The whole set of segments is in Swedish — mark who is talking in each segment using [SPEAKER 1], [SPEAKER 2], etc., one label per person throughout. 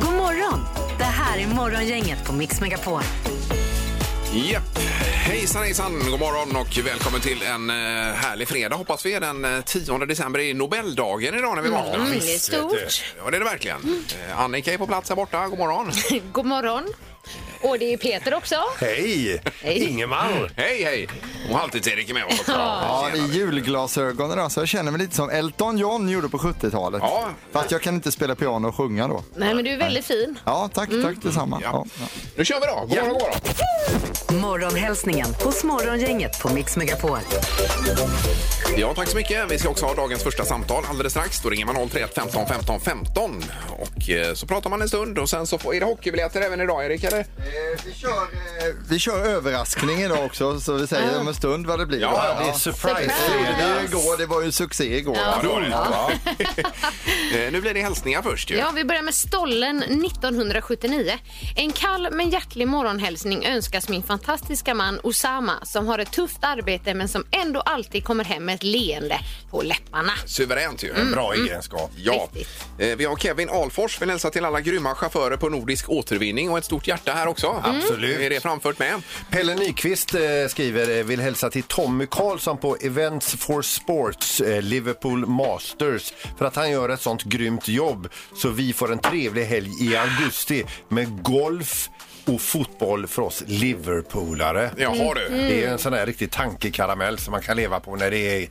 [SPEAKER 1] God morgon! Det här är Morgongänget på Mix Megapol.
[SPEAKER 2] Japp. Hejsan, hejsan, god morgon och välkommen till en eh, härlig fredag hoppas vi. Den eh, 10 december är Nobeldagen idag när vi vaknar.
[SPEAKER 3] Mm, det är stort.
[SPEAKER 2] Ja, det är det verkligen. Eh, Annika är på plats här borta, god morgon.
[SPEAKER 3] God morgon. Och det är Peter också.
[SPEAKER 4] Hej! Ingemar!
[SPEAKER 2] hej, hej! Och Halvtids-Erik är med oss också.
[SPEAKER 5] Ja, det är
[SPEAKER 2] Tjenare.
[SPEAKER 5] julglasögon idag, så jag känner mig lite som Elton John gjorde på 70-talet.
[SPEAKER 2] Ja.
[SPEAKER 5] Fast jag kan inte spela piano och sjunga då.
[SPEAKER 3] Nej, men du är väldigt fin.
[SPEAKER 5] Ja, tack, tack detsamma.
[SPEAKER 2] Mm.
[SPEAKER 5] Ja.
[SPEAKER 2] Ja.
[SPEAKER 5] Ja.
[SPEAKER 2] Nu kör vi då, god morgon, god morgon.
[SPEAKER 1] Morgonhälsningen hos Morgongänget på Mix Megapol.
[SPEAKER 2] Ja, tack så mycket. Vi ska också ha dagens första samtal alldeles strax. Då ringer man 031 15 15 15 och eh, så pratar man en stund och sen så får, är det hockeybiljetter även idag, Erik, eller?
[SPEAKER 5] Vi, kör, överraskning idag också, så vi säger om en stund vad det blir.
[SPEAKER 2] Ja,
[SPEAKER 4] Det är surprise
[SPEAKER 5] Det
[SPEAKER 4] fredag.
[SPEAKER 5] är ju igår, det var ju en succé igår.
[SPEAKER 2] Ja. Eh, nu blir det hälsningar först ju.
[SPEAKER 3] Ja, vi börjar med stollen 1979. En kall men hjärtlig morgonhälsning önskas min fantastiska man Osama som har ett tufft arbete men som ändå alltid kommer hem med ett leende på läpparna.
[SPEAKER 2] Suveränt ju.
[SPEAKER 4] Bra egenskap.
[SPEAKER 2] Ja.
[SPEAKER 3] Riktigt.
[SPEAKER 2] Eh, Vi har Kevin Alfors. Vill hälsa till alla grymma chaufförer på Nordisk återvinning och ett stort hjärta här också.
[SPEAKER 4] Absolut.
[SPEAKER 2] Är det framfört med?
[SPEAKER 4] Pelle Nyqvist eh, skriver, eh, vill hälsa till Tommy Karlsson på Events for Sports, eh, Liverpool Masters, för att han gör ett sånt grymt jobb. Så vi får en trevlig helg i augusti med golf och fotboll för oss Liverpoolare.
[SPEAKER 2] Jaha du.
[SPEAKER 4] Det är en sån här riktig tankekaramell som man kan leva på när det är eh,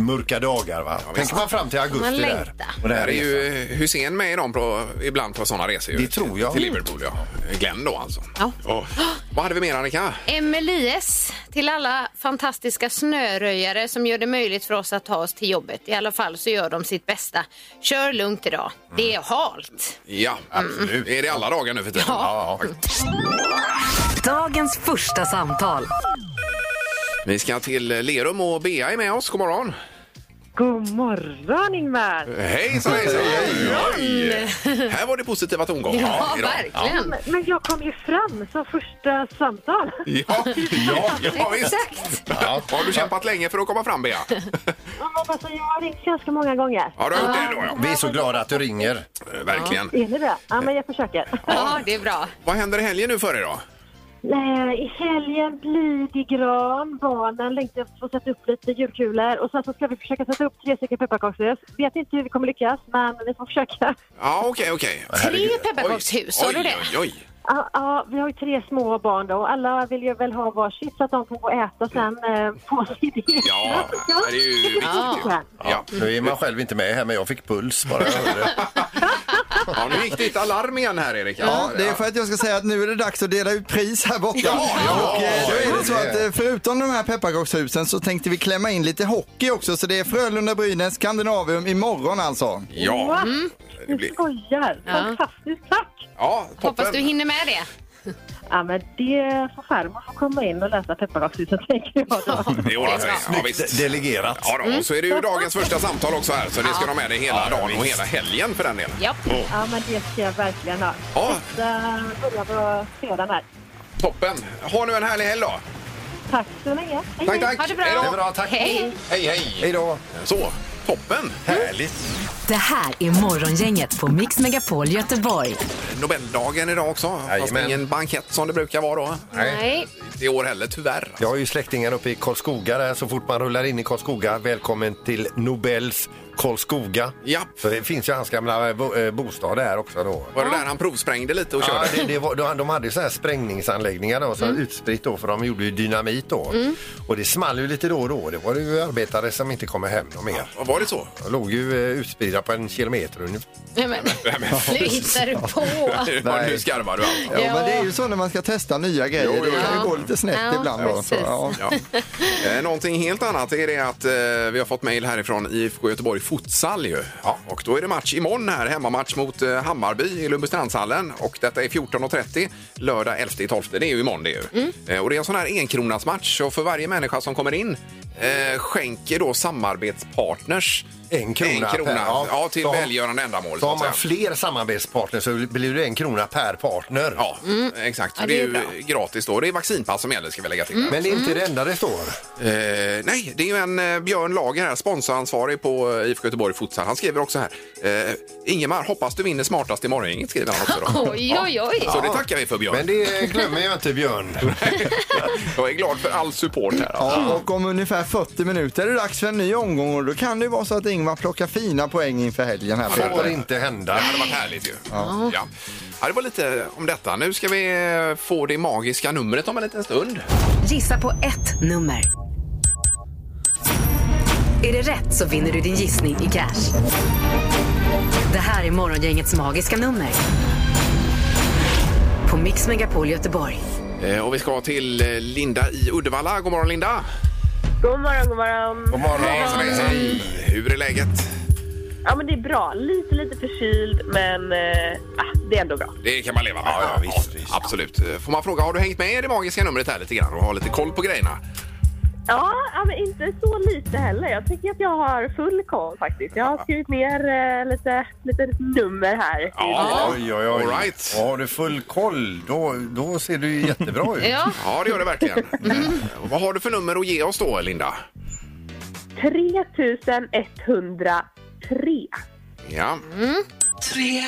[SPEAKER 4] mörka dagar. Va? Tänker man fram till augusti
[SPEAKER 3] Man
[SPEAKER 4] där.
[SPEAKER 3] längtar.
[SPEAKER 4] Och
[SPEAKER 2] Där
[SPEAKER 4] det här
[SPEAKER 2] är
[SPEAKER 4] resan.
[SPEAKER 2] ju eh, Hussein med i dem på, ibland på sådana resor. ju.
[SPEAKER 4] Det tror jag.
[SPEAKER 2] Till Liverpool, ja. Glenn då alltså.
[SPEAKER 3] Ja.
[SPEAKER 2] Ja. Vad hade vi mer Annika?
[SPEAKER 3] Emelies till alla fantastiska snöröjare som gör det möjligt för oss att ta oss till jobbet. I alla fall så gör de sitt bästa. Kör lugnt idag. Det är halt.
[SPEAKER 2] Ja, absolut. Är det alla dagar nu för tiden?
[SPEAKER 4] Ja.
[SPEAKER 1] Dagens första samtal.
[SPEAKER 2] Vi ska till Lerum och Bea är med oss. God morgon.
[SPEAKER 6] God morgon Ingmar!
[SPEAKER 2] Hejsan, hejsan. Oj. Här var det positiva tongångar.
[SPEAKER 3] Ja,
[SPEAKER 2] idag.
[SPEAKER 3] verkligen.
[SPEAKER 6] Men jag kom ju fram som första samtal.
[SPEAKER 2] Ja, ja, ja visst.
[SPEAKER 3] Exakt.
[SPEAKER 2] Ja. Har du kämpat länge för att komma fram, Bea?
[SPEAKER 6] Ja, men alltså, jag har ringt ganska många gånger.
[SPEAKER 2] Ja, du har gjort det ändå, ja.
[SPEAKER 4] Vi är så glada att du ringer.
[SPEAKER 2] Eh, Verkligen.
[SPEAKER 6] Är ni det? Ja, men jag försöker.
[SPEAKER 3] Ja, det är bra.
[SPEAKER 2] Vad händer i helgen nu för er då?
[SPEAKER 6] Eh, I helgen blir det gran. Barnen längtar efter att få sätta upp lite julkulor. Och sen så ska vi försöka sätta upp tre stycken pepparkakshus. Vet inte hur vi kommer lyckas, men vi får försöka.
[SPEAKER 2] Ja, okej, okej.
[SPEAKER 3] Tre pepparkakshus, sa
[SPEAKER 2] Oj,
[SPEAKER 3] du det?
[SPEAKER 2] Oj, oj,
[SPEAKER 6] Ja, ja, vi har ju tre små barn då. Alla vill ju väl ha varsitt så att de kan gå och äta sen eh, på sitt eget.
[SPEAKER 2] Ja, det är ju viktigt.
[SPEAKER 6] Ja.
[SPEAKER 2] Ja.
[SPEAKER 4] Nu är man själv inte med här, men jag fick puls bara. jag hörde det.
[SPEAKER 2] ja, nu gick ditt alarm igen här, Erik.
[SPEAKER 5] Ja, det är för att jag ska säga att nu är det dags att dela ut pris här borta.
[SPEAKER 2] Ja, ja,
[SPEAKER 5] och eh, då
[SPEAKER 4] ja,
[SPEAKER 5] är det så
[SPEAKER 4] ja.
[SPEAKER 5] att eh, förutom de här pepparkakshusen så tänkte vi klämma in lite hockey också. Så det är Frölunda-Brynäs, Skandinavium imorgon alltså.
[SPEAKER 2] Ja, det
[SPEAKER 6] Du
[SPEAKER 2] blir...
[SPEAKER 6] Mm. skojar! Fantastiskt, tack!
[SPEAKER 2] Ja,
[SPEAKER 3] Hoppas du
[SPEAKER 2] toppen.
[SPEAKER 3] hinner med det.
[SPEAKER 6] Ja, men det får farmor få komma in och läsa pepparkakshuset, tänker jag då.
[SPEAKER 2] Det ordnar sig. Ja, visst.
[SPEAKER 4] Delegerat.
[SPEAKER 2] Ja, då. Och så är det ju dagens första samtal också här, så det ska de med dig hela dagen och hela helgen för den delen.
[SPEAKER 3] Japp.
[SPEAKER 6] Ja, men det ska jag verkligen ha.
[SPEAKER 2] Ja.
[SPEAKER 6] Så, eh, börja på fredagen här.
[SPEAKER 2] Toppen. Ha nu en härlig helg då.
[SPEAKER 6] Tack så länge. Hej,
[SPEAKER 2] Tack,
[SPEAKER 6] hej.
[SPEAKER 2] tack.
[SPEAKER 3] Ha det bra.
[SPEAKER 2] Hej
[SPEAKER 4] Det är
[SPEAKER 2] då.
[SPEAKER 4] bra, tack.
[SPEAKER 3] Hej.
[SPEAKER 2] Hej, hej.
[SPEAKER 4] Hej då.
[SPEAKER 2] Så, toppen.
[SPEAKER 4] Härligt.
[SPEAKER 1] Det här är Morgongänget på Mix Megapol Göteborg.
[SPEAKER 2] Nobeldagen idag också. Fast
[SPEAKER 4] Jajamän.
[SPEAKER 2] ingen bankett som det brukar vara då.
[SPEAKER 3] Nej.
[SPEAKER 2] I år heller, tyvärr.
[SPEAKER 4] Jag har ju släktingar uppe i Karlskoga där så fort man rullar in i Karlskoga. Välkommen till Nobels Karlskoga.
[SPEAKER 2] Japp.
[SPEAKER 4] För det finns ju hans gamla eh, bo- eh, bostad där också då.
[SPEAKER 2] Var det där han provsprängde lite och
[SPEAKER 4] Ja,
[SPEAKER 2] körde?
[SPEAKER 4] det, det var, de- de hade ju så här sprängningsanläggningar då, så här utspritt då, för de gjorde ju dynamit då. Och det small ju lite då och då. Det var ju arbetare som inte kommer hem någon mer.
[SPEAKER 2] Ja, Var det så?
[SPEAKER 4] De låg ju eh, utspridda fyra på en kilometer ungefär.
[SPEAKER 3] Nej, men, nu hittar du på.
[SPEAKER 2] Ja, nu skarvar du allt.
[SPEAKER 5] Ja, men det är ju så när man ska testa nya grejer.
[SPEAKER 2] Jo, jo,
[SPEAKER 5] Det kan
[SPEAKER 3] jo.
[SPEAKER 5] ju gå lite snett
[SPEAKER 3] Ja,
[SPEAKER 5] ibland. Då, så,
[SPEAKER 3] precis.
[SPEAKER 5] ja.
[SPEAKER 2] Ja. Eh, Någonting helt annat är det att eh, vi har fått mejl härifrån IFK Göteborg Futsal ju. Ja. Och då är det match imorgon här, hemmamatch mot eh, Hammarby i Lumbestrandshallen. Och detta är 14.30 lördag 11 i 12. Det är ju imorgon det är ju. Eh, och det är en sån här enkronasmatch och för varje människa som kommer in eh, skänker då samarbetspartners
[SPEAKER 4] En krona
[SPEAKER 2] en krona
[SPEAKER 4] per-
[SPEAKER 2] ja.
[SPEAKER 4] ja.
[SPEAKER 2] till
[SPEAKER 4] Så har-
[SPEAKER 2] välgörande ändamål.
[SPEAKER 4] Så
[SPEAKER 2] så
[SPEAKER 4] har
[SPEAKER 2] att
[SPEAKER 4] man
[SPEAKER 2] säga.
[SPEAKER 4] fler samarbetspartners så blir det en krona per partner.
[SPEAKER 2] Ja, exakt.
[SPEAKER 3] Mm. Ja, det
[SPEAKER 2] det, är
[SPEAKER 3] är
[SPEAKER 2] ju
[SPEAKER 3] bra. Mm.
[SPEAKER 2] gratis då. Det är vaccinpass som gäller ska vi lägga till.
[SPEAKER 4] Men det är inte det enda det står.
[SPEAKER 2] Eh, nej, det är ju en eh, Björn Lager här, sponsoransvarig på eh, IFK Göteborg Futsal. Han skriver också här. Eh, Ingemar, hoppas du vinner smartast i morgongänget skriver han också. Då.
[SPEAKER 3] Oj, oj, oj.
[SPEAKER 2] Så det tackar vi för Björn.
[SPEAKER 4] Men det glömmer jag inte Björn.
[SPEAKER 2] Jag är glad för all support här. alltså.
[SPEAKER 5] Ja, och om ungefär 40 minuter är det dags för en ny omgång och då kan det ju vara så att Ingmar plockar fina poäng inför helgen. här.
[SPEAKER 4] Får inte hända.
[SPEAKER 2] Det hade varit härligt ju. Ja. Ja. det var lite om detta. Nu ska vi eh, få det magiska numret om en liten stund.
[SPEAKER 1] Gissa på ett nummer. Är det rätt så vinner du din gissning i cash. Det här är Morgongängets magiska nummer. På Mix Megapol Göteborg.
[SPEAKER 2] Eh, och vi ska till eh, Linda i Uddevalla. God morgon Linda!
[SPEAKER 7] God morgon, god morgon.
[SPEAKER 4] God morgon.
[SPEAKER 2] Hejsan, hejsan. Hur är läget?
[SPEAKER 7] Ja, men det är bra. Lite, lite förkyld, men eh, ah, det är ändå bra.
[SPEAKER 2] Det kan man leva med.
[SPEAKER 4] Ja, ja, visst, visst.
[SPEAKER 2] Absolut. Eh, Får man fråga, har du hängt med i det magiska numret här lite grann och har lite koll på grejerna?
[SPEAKER 7] Ja, ja, men inte så lite heller. Jag tycker att jag har full koll faktiskt. Jag har skrivit ner eh, lite, lite nummer här.
[SPEAKER 2] Ja.
[SPEAKER 4] Oj, oj, oj.
[SPEAKER 2] All right.
[SPEAKER 4] Ja, Har du full koll, då, då ser du ju jättebra ut.
[SPEAKER 3] Ja, Mm.
[SPEAKER 2] Ja, det gör det verkligen. Eh, Vad har du för nummer att ge oss då, Linda?
[SPEAKER 7] 3103.
[SPEAKER 2] Ja,
[SPEAKER 8] Mm. Tre,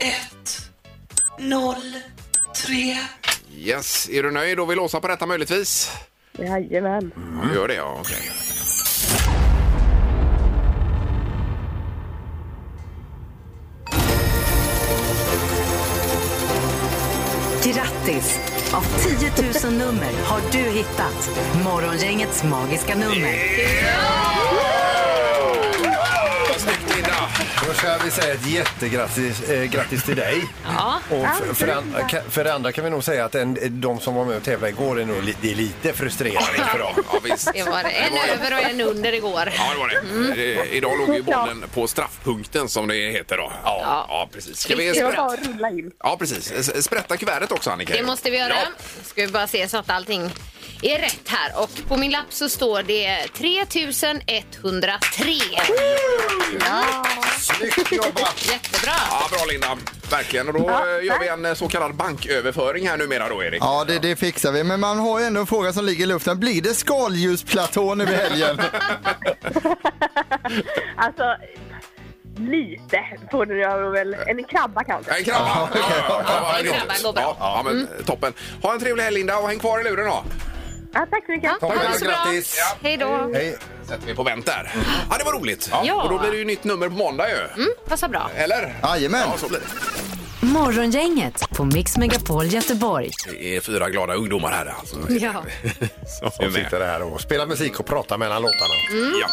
[SPEAKER 8] ett, noll, tre.
[SPEAKER 2] yes. Är du nöjd och vill låsa på detta möjligtvis?
[SPEAKER 7] Jajamän.
[SPEAKER 2] Ja,
[SPEAKER 4] Mm.
[SPEAKER 2] Du gör det, ja. Okej.
[SPEAKER 1] Grattis! Av 10 000 nummer har du hittat Morgongängets magiska nummer.
[SPEAKER 2] Snyggt, Linda!
[SPEAKER 4] Då ska vi säga ett jättegrattis eh, grattis till dig.
[SPEAKER 3] Ja.
[SPEAKER 4] Och för, för, an, ka- för det andra kan vi nog säga att en, de som var med och tävlade igår är nog li, det är lite frustrerande inför dem.
[SPEAKER 2] Ja, visst.
[SPEAKER 3] det var det. En över och en under igår.
[SPEAKER 2] Ja, det var det.
[SPEAKER 3] Mm.
[SPEAKER 2] Eh, Idag låg ju bollen på straffpunkten som det heter då. Ja, ja. precis. Ska vi
[SPEAKER 3] Det var
[SPEAKER 2] sprätta?
[SPEAKER 7] Bara rulla in.
[SPEAKER 2] Ja, precis. S- Sprätta kuvertet också, Annika.
[SPEAKER 3] Det måste vi göra.
[SPEAKER 2] Ja.
[SPEAKER 3] Ska vi bara se så att allting är rätt här. Och på min lapp så står det 3103.
[SPEAKER 4] Snyggt jobbat!
[SPEAKER 3] Jättebra.
[SPEAKER 2] Ja, bra Linda. Verkligen. Och då eh, gör vi en eh, så kallad banköverföring här numera då, Erik.
[SPEAKER 5] Ja, det, det fixar vi. Men man har ju ändå en fråga som ligger i luften. Blir det skaldjursplatå nu i helgen?
[SPEAKER 7] Alltså, lite får du göra väl. En krabba kanske.
[SPEAKER 2] En krabba! Ja, ja, ja,
[SPEAKER 3] En
[SPEAKER 2] ja,
[SPEAKER 3] krabba
[SPEAKER 2] gott.
[SPEAKER 3] går bra. Mm.
[SPEAKER 2] Ja, ja, men, eh, toppen. Ha en trevlig helg, Linda, och häng kvar i luren. Då.
[SPEAKER 7] Ja, tack så mycket.
[SPEAKER 3] Ja, ha
[SPEAKER 4] Toppen,
[SPEAKER 3] det så bra.
[SPEAKER 4] grattis. Ja.
[SPEAKER 3] Hej då.
[SPEAKER 4] Hej.
[SPEAKER 2] sätter vi på vänt där. Ja, det var roligt.
[SPEAKER 3] Mm. Ja.
[SPEAKER 2] Och då blir det ju nytt nummer på måndag ju.
[SPEAKER 3] Mm, passar bra.
[SPEAKER 2] Eller?
[SPEAKER 5] Jajamän.
[SPEAKER 2] Ja, så blir det.
[SPEAKER 1] Morgongänget på Mix Megapol Göteborg.
[SPEAKER 2] Det är fyra glada ungdomar här alltså.
[SPEAKER 3] Ja.
[SPEAKER 2] Som är
[SPEAKER 4] De
[SPEAKER 2] med.
[SPEAKER 4] sitter här och spelar musik och pratar mellan låtarna.
[SPEAKER 3] Mm.
[SPEAKER 2] Ja.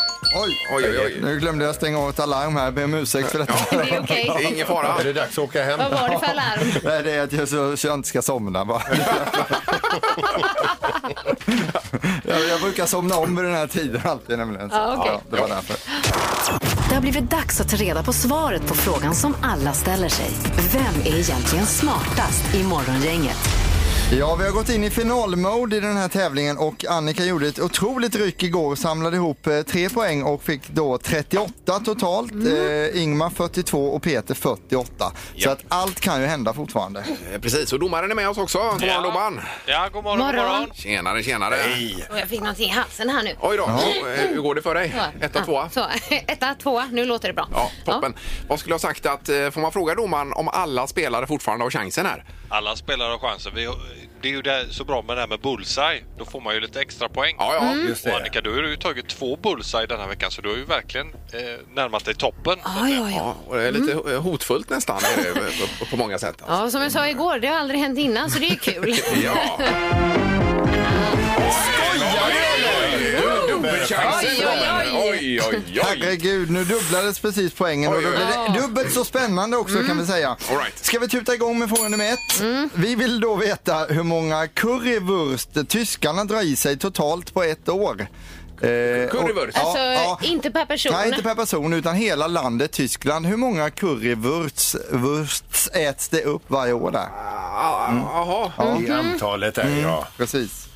[SPEAKER 5] Oj,
[SPEAKER 2] Oj, oj, oj.
[SPEAKER 5] Nu glömde jag stänga av ett alarm här. Ber om ursäkt för detta.
[SPEAKER 3] Det är okej.
[SPEAKER 2] Det är ingen
[SPEAKER 4] Ja.
[SPEAKER 2] fara.
[SPEAKER 4] Är det dags att åka hem?
[SPEAKER 3] Vad var det för alarm?
[SPEAKER 5] Nej, det är att jag, så, så jag inte ska somna bara. jag, jag brukar somna om vid den här tiden alltid nämligen. Så,
[SPEAKER 3] Ja, okej.
[SPEAKER 5] det var därför.
[SPEAKER 1] Det har blivit dags att ta reda på svaret på frågan som alla ställer sig. Vem är egentligen smartast i Morgongänget?
[SPEAKER 5] Ja, vi har gått in i finalmode i den här tävlingen och Annika gjorde ett otroligt ryck igår, samlade ihop eh, tre poäng och fick då 38 totalt. Eh, Ingmar 42 och Peter 48. Så
[SPEAKER 2] Ja.
[SPEAKER 5] att allt kan ju hända fortfarande.
[SPEAKER 2] Eh, Precis, och domaren är med oss också. God morgon domaren.
[SPEAKER 9] Ja, god morgon, god
[SPEAKER 3] Morgon.
[SPEAKER 9] morgon.
[SPEAKER 2] Tjenare, tjenare.
[SPEAKER 3] Och jag fick någonting i halsen här nu.
[SPEAKER 2] Oj då. Eh, Hur går det för dig? Etta,
[SPEAKER 3] Ja,
[SPEAKER 2] tvåa?
[SPEAKER 3] Så, etta, tvåa. Nu låter det bra.
[SPEAKER 2] Ja, toppen. Vad skulle jag ha sagt att eh, får man fråga domaren om alla spelare fortfarande har chansen här?
[SPEAKER 9] Alla spelare har chansen. Vi, det är ju det, så bra med det här med bullseye. Då får man ju lite extra poäng.
[SPEAKER 2] Ja, ja.
[SPEAKER 4] Just
[SPEAKER 9] Och
[SPEAKER 4] det.
[SPEAKER 9] Annika, du har ju tagit två bullseye den här veckan så du har ju verkligen eh, närmat dig toppen.
[SPEAKER 2] Ah.
[SPEAKER 3] Ja, ja, Mm. ja.
[SPEAKER 2] Ja, och det är lite eh, hotfullt nästan är det, eh, på- på många sätt.
[SPEAKER 3] Ja, som jag sa igår, det har aldrig hänt innan så det är kul.
[SPEAKER 2] Ja. Skojar du? Dubbelchansen
[SPEAKER 3] Oj, oj, oj.
[SPEAKER 2] Oj, oj, oj, oj.
[SPEAKER 5] Herregud, nu dubblades precis poängen
[SPEAKER 2] Oj,
[SPEAKER 5] och då
[SPEAKER 2] oj,
[SPEAKER 5] blir det dubbelt så spännande också kan vi säga.
[SPEAKER 2] All right.
[SPEAKER 5] Ska vi tuta igång med fråga nummer ett? Vi vill då veta hur många currywurst tyskarna drar i sig totalt på ett år. Eh, och-
[SPEAKER 2] Currywurst?
[SPEAKER 5] Ja,
[SPEAKER 3] Alltså,
[SPEAKER 5] ja.
[SPEAKER 3] inte per person.
[SPEAKER 5] Nej, inte per person utan hela landet Tyskland. Hur många currywursts wursts äts det upp varje år där? Mm.
[SPEAKER 2] Ah, Jaha.
[SPEAKER 4] I antalet är ja. Eh,
[SPEAKER 5] Precis.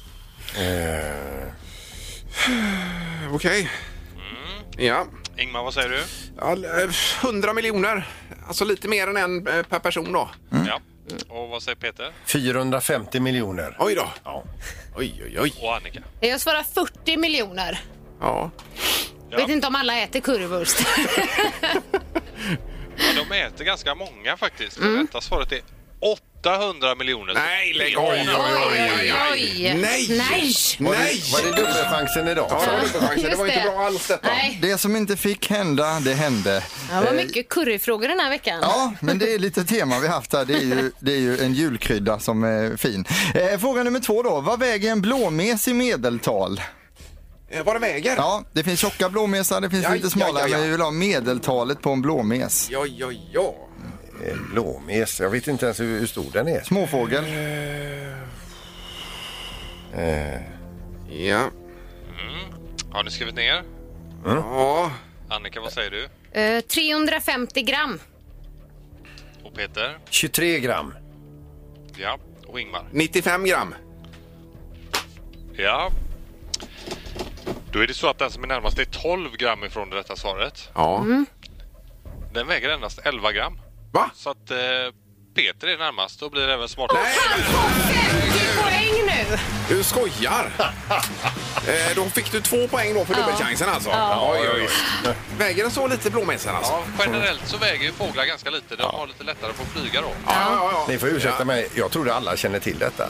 [SPEAKER 2] Okej.
[SPEAKER 3] Mm.
[SPEAKER 2] Ja.
[SPEAKER 9] Ingmar, vad säger du?
[SPEAKER 2] All- eh, 100 miljoner. Alltså lite mer än en eh, per person då.
[SPEAKER 9] Ja. Och vad säger Peter?
[SPEAKER 4] 450 miljoner.
[SPEAKER 2] Oj då.
[SPEAKER 4] Ja.
[SPEAKER 2] Oj, oj, oj.
[SPEAKER 9] Och Annika?
[SPEAKER 3] Jag svarar 40 miljoner.
[SPEAKER 2] Ja.
[SPEAKER 9] Ja.
[SPEAKER 3] Vet inte om alla äter currywurst.
[SPEAKER 9] Ja, de äter ganska många faktiskt. Det
[SPEAKER 2] Mm.
[SPEAKER 9] rätta svaret är 800 miljoner.
[SPEAKER 2] Nej, lägg av! Oj, Nej!
[SPEAKER 3] Nej!
[SPEAKER 2] Nej!
[SPEAKER 4] Var det dubbelchansen idag?
[SPEAKER 2] Ja, det var inte chansen. Det
[SPEAKER 3] Just
[SPEAKER 2] var inte
[SPEAKER 3] det.
[SPEAKER 2] bra alls detta.
[SPEAKER 3] Nej.
[SPEAKER 5] Det som inte fick hända, det hände.
[SPEAKER 3] Det var
[SPEAKER 5] Eh,
[SPEAKER 3] mycket curryfrågor den här veckan.
[SPEAKER 5] Ja, men det är lite tema vi haft här. Det är ju, det är ju en julkrydda som är fin. Eh, fråga nummer två då. Vad väger en blåmes i medeltal?
[SPEAKER 2] Eh, Vad det väger?
[SPEAKER 5] Ja, det finns tjocka blåmesar, det finns
[SPEAKER 2] Ja,
[SPEAKER 5] lite
[SPEAKER 2] ja,
[SPEAKER 5] smalare,
[SPEAKER 2] ja, ja.
[SPEAKER 5] men vi vill ha medeltalet på en blåmes.
[SPEAKER 2] Ja, ja, ja.
[SPEAKER 4] Eh, Blåmes. Jag vet inte ens hur, hur stor den är.
[SPEAKER 5] Småfågel.
[SPEAKER 4] Eh.
[SPEAKER 2] Eh. Ja.
[SPEAKER 9] Mm. Har ni skrivit ner?
[SPEAKER 4] Mm.
[SPEAKER 2] Ja.
[SPEAKER 9] Annika, vad säger du?
[SPEAKER 3] Eh, 350 gram.
[SPEAKER 9] Och Peter?
[SPEAKER 4] 23 gram.
[SPEAKER 9] Ja. Och Ingmar?
[SPEAKER 2] 95 gram.
[SPEAKER 9] Ja. Då är det så att den som är närmast är 12 gram ifrån det rätta svaret.
[SPEAKER 2] Ja.
[SPEAKER 3] Mm.
[SPEAKER 9] Den väger endast 11 gram.
[SPEAKER 2] Va?
[SPEAKER 9] Så att eh, Peter är närmast. Då blir det även smartare.
[SPEAKER 2] Nej.
[SPEAKER 3] Han får 50 poäng nu!
[SPEAKER 2] Du skojar! eh, då fick du två poäng då för dubbelchansen alltså. Oj, oj, oj. Väger den så lite blåmesen alltså?
[SPEAKER 9] Ja, generellt så väger ju fåglar ganska lite. De har lite lättare på att flyga då.
[SPEAKER 2] ja, ja.
[SPEAKER 4] Ni får ursäkta mig, jag trodde alla känner till detta.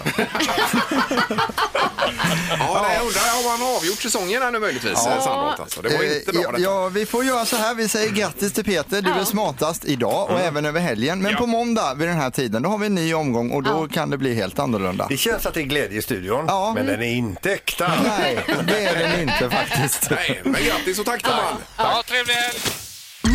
[SPEAKER 2] Ja, nej, jag undrar om han har avgjort säsongen här nu möjligtvis, ja. Sandholt. Alltså. Det var ju inte
[SPEAKER 5] Eh,
[SPEAKER 2] bra
[SPEAKER 5] ja,
[SPEAKER 2] detta.
[SPEAKER 5] ja, vi får göra så här. Vi säger grattis till Peter. Du är smartast idag
[SPEAKER 2] Mm.
[SPEAKER 5] och även över helgen. Men på måndag vid den här tiden, då har vi en ny omgång och då kan det bli helt annorlunda.
[SPEAKER 4] Det känns att det är glädje i studion,
[SPEAKER 5] Ja.
[SPEAKER 4] men den är inte äkta.
[SPEAKER 5] Nej, det är den inte faktiskt.
[SPEAKER 2] Nej, men grattis och tack Tomman!
[SPEAKER 9] Ja, trevlig helg!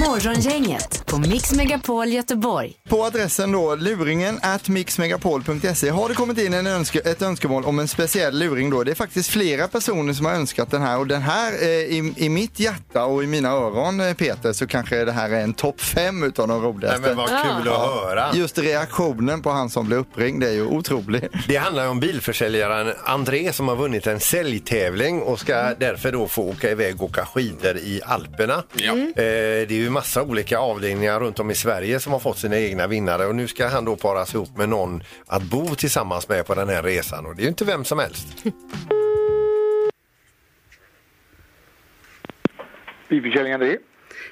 [SPEAKER 1] Morgongänget på Mix Megapol Göteborg.
[SPEAKER 5] På adressen då luringen at mixmegapol.se har det kommit in en önske, ett önskemål om en speciell luring då. Det är faktiskt flera personer som har önskat den här och den här eh, i, i mitt hjärta och i mina öron eh, Peter så kanske det här är en topp fem utav de
[SPEAKER 4] Nej,
[SPEAKER 5] roligaste.
[SPEAKER 4] men vad kul att höra.
[SPEAKER 5] Just reaktionen på han som blev uppringd är ju otrolig.
[SPEAKER 4] Det handlar om bilförsäljaren André som har vunnit en säljtävling och ska
[SPEAKER 5] Mm.
[SPEAKER 4] därför då få åka iväg och åka skidor i Alperna.
[SPEAKER 2] Ja. Mm.
[SPEAKER 4] Eh, det är ju massa olika avdelningar runt om i Sverige som har fått sina egna vinnare och nu ska han då paras ihop med någon att bo tillsammans med på den här resan och det är ju inte vem som helst.
[SPEAKER 10] Bilförsäljning André.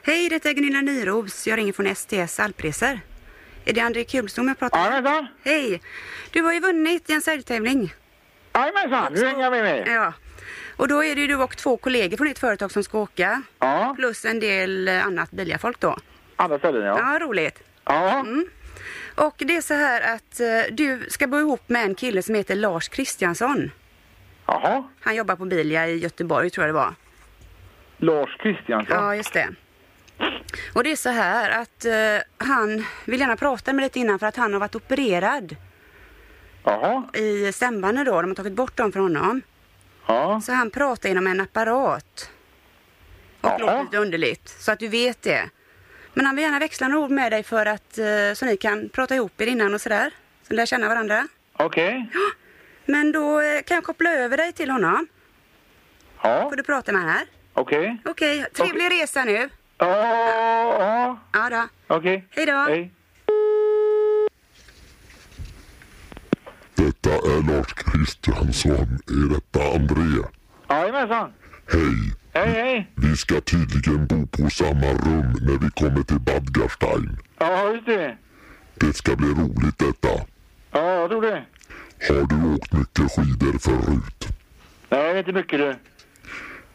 [SPEAKER 7] Hej, detta är Gunilla Nyros. Jag ringer från STS Alpresor. Är det André Kulstom jag pratar
[SPEAKER 10] Ja, vänta.
[SPEAKER 7] Hej! Du har ju vunnit i en säljtävling.
[SPEAKER 10] Jajamensan, nu hänger jag med mig.
[SPEAKER 7] Ja. Och då är det ju du och två kollegor från ditt företag som ska åka.
[SPEAKER 10] Ja,
[SPEAKER 7] Plus en del eh, annat biljafolk då.
[SPEAKER 10] andra ställen ja.
[SPEAKER 7] Ja, roligt. Mm.
[SPEAKER 10] Ja,
[SPEAKER 7] Och det är så här att eh, du ska bo ihop med en kille som heter Lars Kristiansson.
[SPEAKER 10] jaha.
[SPEAKER 7] Han jobbar på Bilia i Göteborg tror jag det var.
[SPEAKER 10] Lars Kristiansson.
[SPEAKER 7] Ja, just det. Och det är så här att eh, han vill gärna prata med dig lite innan för att han har varit opererad
[SPEAKER 10] Jaha,
[SPEAKER 7] i stämbanden då. De har tagit bort dem för honom.
[SPEAKER 10] ja.
[SPEAKER 7] Så han pratar genom en apparat. Och
[SPEAKER 10] Jaha.
[SPEAKER 7] låter lite underligt, så att du vet det. Men han vill gärna växla några ord med dig för att, eh, så ni kan prata ihop er innan och sådär. Så ni lär känna varandra.
[SPEAKER 10] Okej.
[SPEAKER 7] Men då eh, kan jag koppla över dig till honom.
[SPEAKER 10] Ja,
[SPEAKER 7] Får du prata med han här.
[SPEAKER 10] okej.
[SPEAKER 7] Okej, trevlig resa nu.
[SPEAKER 10] Ja, ja,
[SPEAKER 7] Ja då.
[SPEAKER 10] okej.
[SPEAKER 7] Hej då.
[SPEAKER 10] Hej.
[SPEAKER 11] Detta är Lars Kristiansson. Är detta André?
[SPEAKER 10] Jajamensan.
[SPEAKER 11] Hej.
[SPEAKER 10] Hej, hej.
[SPEAKER 11] Vi ska tydligen bo på samma rum när vi kommer till Badgarstein.
[SPEAKER 10] Ja, just det.
[SPEAKER 11] Det ska bli roligt detta.
[SPEAKER 10] Ja, jag tror det.
[SPEAKER 11] Har du åkt mycket skidor förut?
[SPEAKER 10] Nej, inte mycket du.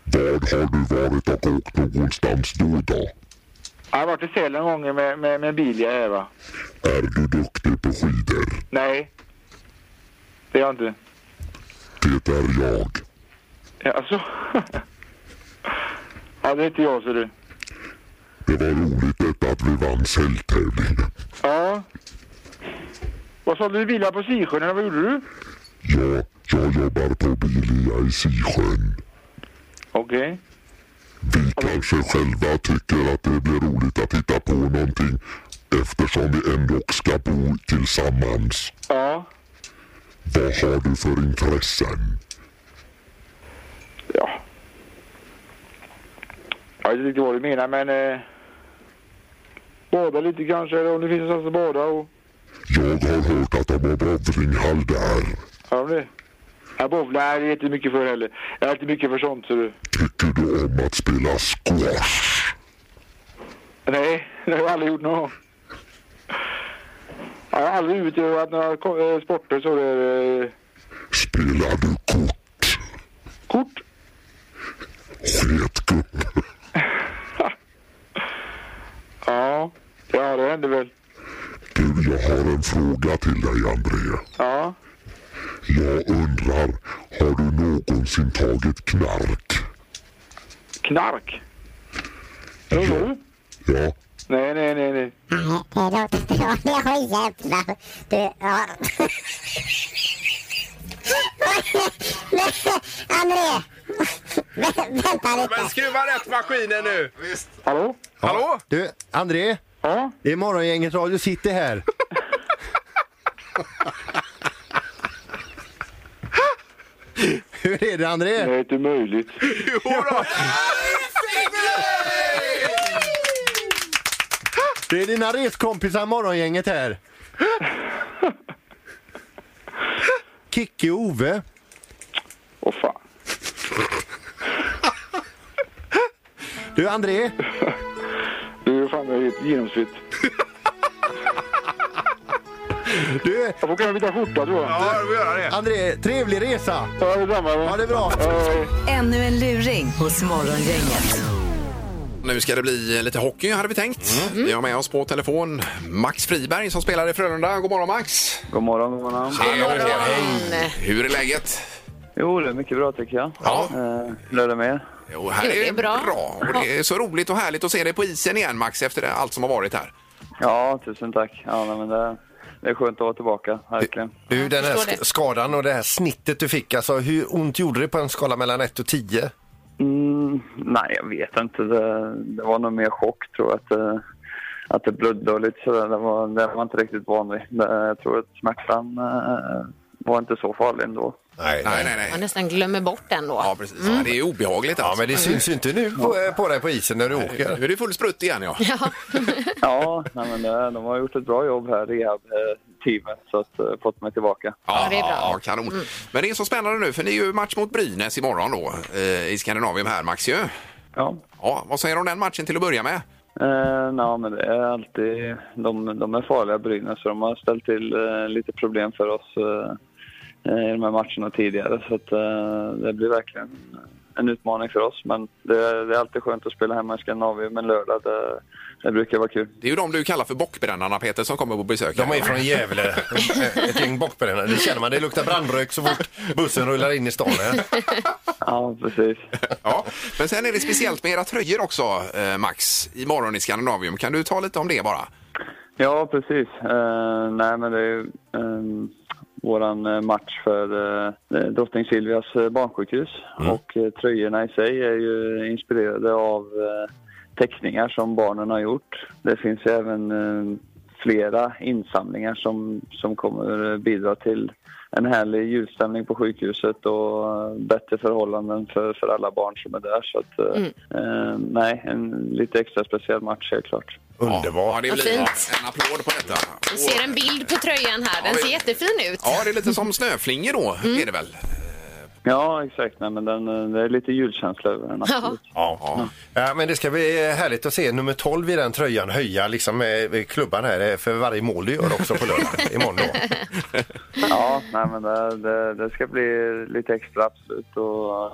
[SPEAKER 11] Vad har du varit och åkt någonstans då då?
[SPEAKER 10] Jag har varit i Sälen gånger med, med, med Bilia här va.
[SPEAKER 11] Är du duktig på skidor?
[SPEAKER 10] Nej. Det är jag inte.
[SPEAKER 11] Det är jag.
[SPEAKER 10] Ja, Alltså. Ja, det är inte jag, ser du.
[SPEAKER 11] Det var roligt detta att vi vann säljtävlingen.
[SPEAKER 10] Ja. Vad sålde du bilar på Sisjön, eller vad gjorde du?
[SPEAKER 11] Ja, jag jobbar på Bilia i Sisjön.
[SPEAKER 10] Okej.
[SPEAKER 11] Vi kanske själva tycker att det blir roligt att hitta på någonting eftersom vi ändå ska bo tillsammans.
[SPEAKER 10] Ja.
[SPEAKER 11] Vad har du för intressen?
[SPEAKER 10] Ja. Jag vet inte riktigt vad du menar, men... Eh, bada lite kanske, eller om det finns någonstans att bada. Och,
[SPEAKER 11] Jag har hört att de har bowlinghall där.
[SPEAKER 10] ja, det. Jag bowlar är inte mycket för heller. Jag är inte mycket för sånt, ser du.
[SPEAKER 11] Tycker du om att spela squash?
[SPEAKER 10] Nej, det har jag aldrig gjort någon gång. Jag har aldrig utövat några ko- eh, sporter så det... eh,
[SPEAKER 11] Spelar du kort?
[SPEAKER 10] Kort?
[SPEAKER 11] Fet gubbe.
[SPEAKER 10] Ja, ja det händer väl.
[SPEAKER 11] Du, jag har en fråga till dig André.
[SPEAKER 10] Ja.
[SPEAKER 11] Jag undrar, har du någonsin tagit knark?
[SPEAKER 10] Knark? Tror du?
[SPEAKER 11] Ja,
[SPEAKER 10] Nej, nej, nej, nej.
[SPEAKER 12] Ja, det har jävlar. Du, ja. Men, André. Vä- Vänta lite.
[SPEAKER 2] Men skruva rätt maskinen nu!
[SPEAKER 10] Hallå?
[SPEAKER 2] Hallå?
[SPEAKER 4] Du, André?
[SPEAKER 10] Ja?
[SPEAKER 4] Det är Morgongänget Radio City här. Hur är det, André?
[SPEAKER 10] Det är inte möjligt.
[SPEAKER 2] Jodå!
[SPEAKER 4] Det är dina reskompisar Morgongänget här. Kicke och Ove.
[SPEAKER 10] Åh fan.
[SPEAKER 4] Du, André?
[SPEAKER 10] Du, fan jag är helt genomsvett.
[SPEAKER 4] Du...
[SPEAKER 10] Jag får kanske byta skjorta tror jag.
[SPEAKER 2] Ja, du får göra det.
[SPEAKER 4] André, trevlig resa!
[SPEAKER 10] Ja, detsamma.
[SPEAKER 4] Ha det bra!
[SPEAKER 1] Ännu en luring hos Morgongänget.
[SPEAKER 2] Nu ska det bli lite hockey hade vi tänkt.
[SPEAKER 13] Mm.
[SPEAKER 2] Vi har med oss på telefon Max Friberg som spelar i Frölunda. God morgon Max!
[SPEAKER 13] God morgon, god morgon.
[SPEAKER 2] Hej! Hur är läget?
[SPEAKER 13] Jo, det är mycket bra tycker jag.
[SPEAKER 2] Ja.
[SPEAKER 13] Eh, Hur är det med er?
[SPEAKER 2] Jo, här
[SPEAKER 13] Jo, det är bra.
[SPEAKER 2] Och det är så roligt och härligt att se dig på isen igen Max efter det- allt som har varit här.
[SPEAKER 13] Ja, tusen tack. Ja, nej, men det, det är skönt att vara tillbaka, verkligen.
[SPEAKER 4] Du, den här
[SPEAKER 13] förstår
[SPEAKER 4] sk- skadan och det här snittet du fick, alltså hur ont gjorde det på en skala mellan 1 och 10?
[SPEAKER 13] Mm, nej, jag vet inte. Det, det var nog mer chock tror jag. Att, det- att det blödde och lite sådär. Det var, det var jag inte riktigt van vid. Det- Jag tror att smärtan eh, var inte så farlig ändå.
[SPEAKER 4] Nej,
[SPEAKER 2] nej, nej.
[SPEAKER 3] Man nästan glömmer bort den då.
[SPEAKER 2] Ja, precis. Ja, det är obehagligt
[SPEAKER 4] Ja,
[SPEAKER 2] alltså.
[SPEAKER 4] men det syns ju inte nu på, eh, på dig på isen när du åker.
[SPEAKER 2] Nu är det full sprutt igen ja.
[SPEAKER 13] Ja, nej, men det, de har gjort ett bra jobb här, rehab-teamet, så att eh, fått mig tillbaka.
[SPEAKER 2] Ja, ja, kanon.
[SPEAKER 13] Mm.
[SPEAKER 2] Men det är så spännande nu för det är ju match mot Brynäs imorgon då eh, i Skandinavien här Max ju.
[SPEAKER 13] Ja.
[SPEAKER 2] ja. Vad säger du om den matchen till att börja med?
[SPEAKER 13] Eh, nej, men det är alltid, de, de är farliga Brynäs så de har ställt till eh, lite problem för oss eh, i de här matcherna tidigare. Så att, eh, det blir verkligen en utmaning för oss. Men det, det är alltid skönt att spela hemma i Skandinavien men lördag. Det, det brukar vara kul.
[SPEAKER 2] Det är ju de du kallar för bockbrännarna Peter som kommer på besök.
[SPEAKER 4] De är från Gävle, ett gäng bockbrännare. Det känner man, det luktar brandrök så fort bussen rullar in i stan. här.
[SPEAKER 13] Ja, precis.
[SPEAKER 2] Ja. Men sen är det speciellt med era tröjor också eh, Max, imorgon i Skandinavium. Kan du ta lite om det bara?
[SPEAKER 13] Ja, precis. Eh, nej, men det är ju eh, våran eh, match för eh, drottning Silvias eh, barnsjukhus.
[SPEAKER 3] Mm.
[SPEAKER 13] Och eh, tröjorna i sig är ju inspirerade av eh, teckningar som barnen har gjort. Det finns ju även eh, flera insamlingar som, som kommer eh, bidra till en härlig julstämning på sjukhuset och eh, bättre förhållanden för, för alla barn som är där. Så att, eh,
[SPEAKER 3] Mm.
[SPEAKER 13] eh, nej, en lite extra speciell match helt klart.
[SPEAKER 4] Underbart!
[SPEAKER 2] Ja, det
[SPEAKER 3] Vad
[SPEAKER 2] blir
[SPEAKER 3] fint.
[SPEAKER 2] en applåd på detta.
[SPEAKER 3] Vi ser en bild på tröjan här. Den ser jättefin ut.
[SPEAKER 2] Ja, det är lite som snöflingor då,
[SPEAKER 3] Mm.
[SPEAKER 2] är det väl?
[SPEAKER 13] Ja, exakt. Nej, men den, eh, det är lite julkänsla över den. absolut.
[SPEAKER 4] Ja, ja. ja, men det ska bli eh, härligt att se nummer 12 i den tröjan höja liksom eh, klubban här eh, för varje mål du gör också på lördag, imorgon då.
[SPEAKER 13] Ja, nej, men det, det, det ska bli lite extra absolut och,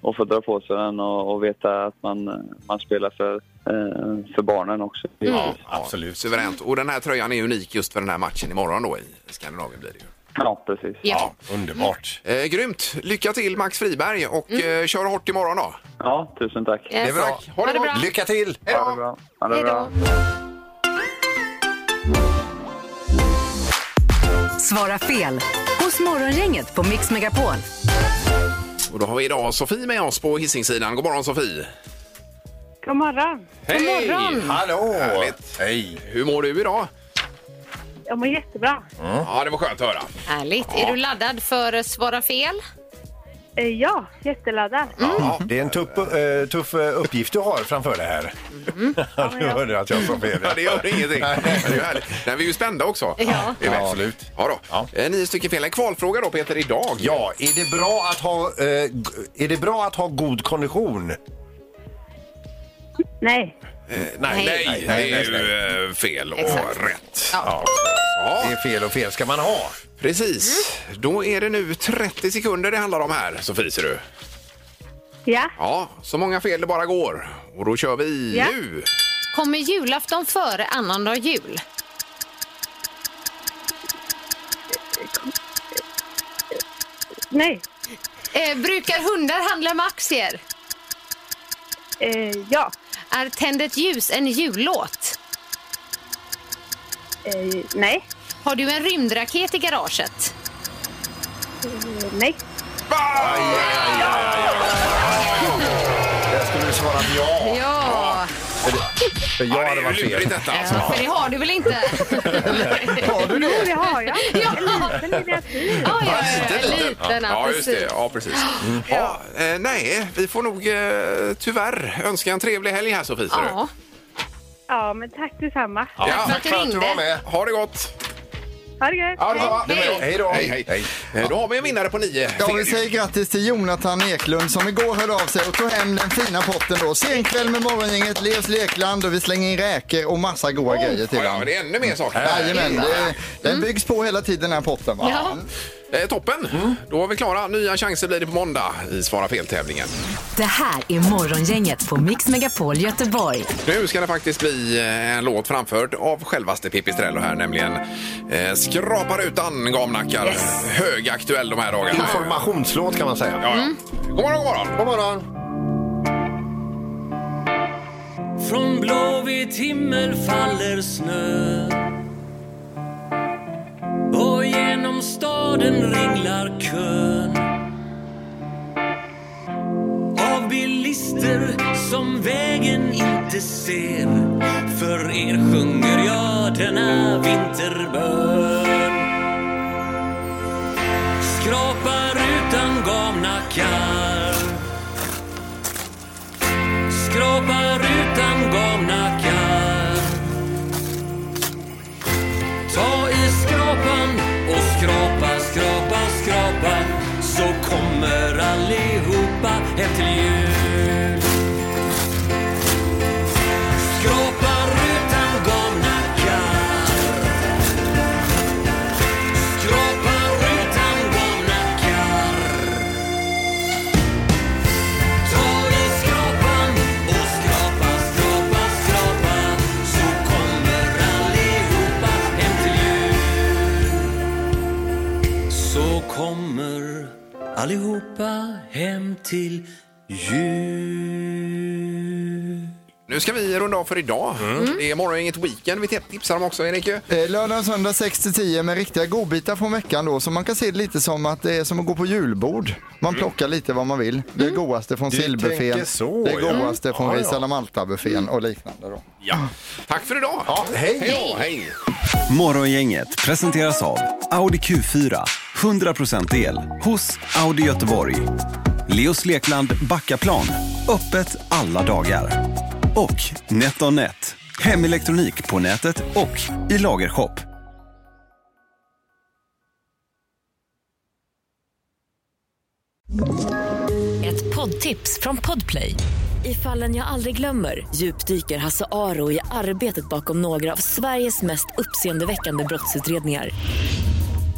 [SPEAKER 13] och få dra på sig den och, och veta att man, man spelar för, eh, för barnen också.
[SPEAKER 2] Mm. absolut. Suveränt. Och den här tröjan är unik just för den här matchen imorgon då i Skandinavien blir det ju.
[SPEAKER 13] Ja, precis.
[SPEAKER 3] Ja.
[SPEAKER 2] Underbart. Eh, grymt. Lycka till Max Friberg och eh, kör hårt imorgon då.
[SPEAKER 13] Ja, tusen tack.
[SPEAKER 2] Det är bra. Ha det bra. Lycka till. Hej då.
[SPEAKER 13] Ha det bra.
[SPEAKER 1] Svara fel hos Morgongänget på Mix Megapol.
[SPEAKER 2] Och då har vi idag Sofie med oss på Hisingssidan. God morgon Sofie.
[SPEAKER 14] God morgon.
[SPEAKER 2] Hej!
[SPEAKER 14] God morgon.
[SPEAKER 2] Hallå! Härligt. Hej! Hur mår du idag?
[SPEAKER 14] Jag mår jättebra.
[SPEAKER 2] Ja, det var skönt att höra.
[SPEAKER 3] Härligt. Är du laddad för Svara fel?
[SPEAKER 14] Eh,
[SPEAKER 3] Mm.
[SPEAKER 14] Ja, jätteladdad.
[SPEAKER 4] Det är en tuff, eh, tuff eh, uppgift du har framför dig här. Ja, nu hörde jag att jag sa fel.
[SPEAKER 2] Mm. Ja, det gör ingenting. Men det är ju härligt. Nej, vi är ju spända också.
[SPEAKER 4] Ja.
[SPEAKER 2] Det är vi.
[SPEAKER 4] Ja, absolut.
[SPEAKER 2] Ja, då. Eh, Nio stycken fel. En kvalfråga då Peter idag.
[SPEAKER 4] Ja, är det bra att ha, eh, g- är det bra att ha god kondition?
[SPEAKER 14] Nej.
[SPEAKER 2] Eh, nej, nej,
[SPEAKER 4] nej,
[SPEAKER 2] nej,
[SPEAKER 4] nej,
[SPEAKER 2] det är
[SPEAKER 4] nej,
[SPEAKER 2] ju eh, fel och
[SPEAKER 4] Exakt.
[SPEAKER 2] rätt.
[SPEAKER 4] Ja.
[SPEAKER 2] Det är fel och fel ska man ha. Precis. Då är det nu 30 sekunder det handlar om här, Sofie, ser du.
[SPEAKER 14] Ja.
[SPEAKER 2] Ja, så många fel det bara går. Och då kör vi
[SPEAKER 3] Ja.
[SPEAKER 2] nu.
[SPEAKER 3] Kommer julafton före annandag jul?
[SPEAKER 14] Nej.
[SPEAKER 3] Eh, brukar hundar handla med aktier?
[SPEAKER 14] Eh, ja.
[SPEAKER 3] Är Tänd ett ljus en jullåt?
[SPEAKER 14] Eh, nej.
[SPEAKER 3] Har du en rymdraket i garaget?
[SPEAKER 14] Eh, nej.
[SPEAKER 4] Jag skulle svara ja.
[SPEAKER 3] Ja,
[SPEAKER 4] För jag hade varit fel. Detta, alltså.
[SPEAKER 3] för det har du väl inte?
[SPEAKER 4] Har du det?
[SPEAKER 14] Jo, det har jag.
[SPEAKER 3] Ja.
[SPEAKER 14] En liten miniatyr.
[SPEAKER 3] Ja, ja, ja,
[SPEAKER 2] Liten, liten.
[SPEAKER 3] liten, ja,
[SPEAKER 2] Ja, just det.
[SPEAKER 3] precis.
[SPEAKER 2] Ja, precis. Ja, eh, nej, vi får nog eh, tyvärr önska en trevlig helg här, Sofie, ser du.
[SPEAKER 14] Ja. Ja, men tack detsamma.
[SPEAKER 2] Ha det gott!
[SPEAKER 14] Ha det gött.
[SPEAKER 2] Hej då! Hej, hej. Eh, Då har vi en vinnare på nio.
[SPEAKER 5] Ja, vi säger grattis till Jonathan Eklund som igår hörde av sig och tog hem den fina potten då. Senkväll med morgongänget, Levs lekland och vi slänger in räkor och massa goda grejer till
[SPEAKER 2] Ja, ja, det är ännu mer saker.
[SPEAKER 5] Jajamän, det, den
[SPEAKER 2] Mm.
[SPEAKER 5] byggs på hela tiden den här potten va?
[SPEAKER 2] Eh, toppen! Då var vi klara. Nya chanser blir det på måndag i Svara fel-tävlingen.
[SPEAKER 1] Det här är Morgongänget på Mix Megapol Göteborg.
[SPEAKER 2] Nu ska det faktiskt bli eh, en låt framförd av självaste Pippi Strello här, nämligen eh, Skrapar utan gamnackar. Högaktuell de här dagarna.
[SPEAKER 4] Informationslåt kan man säga.
[SPEAKER 2] Ja, ja. God morgon, god morgon!
[SPEAKER 4] God morgon!
[SPEAKER 15] Från blåvit himmel faller snö och genom staden ringlar kön av bilister som vägen inte ser. För er sjunger jag denna vinterbön. Skrapar utan gamnackar Skrapar utan gamnackar Ta i skrapan och skrapa, skrapa, skrapa så kommer allihopa hem till jul. Skrapar utan gamnackar Skrapar utan gamnackar Ta i skrapan och skrapa, skrapa, skrapa så kommer allihopa hem till jul. Så kommer allihopa hem till jul.
[SPEAKER 2] Nu ska vi runda av för idag. Det är morgon, inget weekend. Vi tipsar om också, Erik. ju.
[SPEAKER 5] Eh, Lördag och söndag 6-10 med riktiga godbitar från veckan då. Så man kan se det lite som att det är som att gå på julbord.
[SPEAKER 2] Mm.
[SPEAKER 5] Man plockar lite vad man vill. Det godaste från
[SPEAKER 4] Du
[SPEAKER 5] sillbuffén,
[SPEAKER 4] tänker så,
[SPEAKER 5] det
[SPEAKER 4] ja.
[SPEAKER 5] godaste från
[SPEAKER 4] Ja, ja.
[SPEAKER 5] ris alla
[SPEAKER 2] Mm.
[SPEAKER 5] Malta-buffén och liknande då.
[SPEAKER 2] Ja. Tack för idag!
[SPEAKER 4] hej.
[SPEAKER 2] Hej då, hej.
[SPEAKER 16] Morgongänget presenteras av Audi Q4. 100% el hos Audi Göteborg. Leos Lekland Backaplan. Öppet alla dagar. Och NetOnNet. Hemelektronik på nätet och i lagershop.
[SPEAKER 17] Ett poddtips från Podplay. I fallen jag aldrig glömmer djupdyker Hasse Aro i arbetet bakom några av Sveriges mest uppseendeväckande brottsutredningar.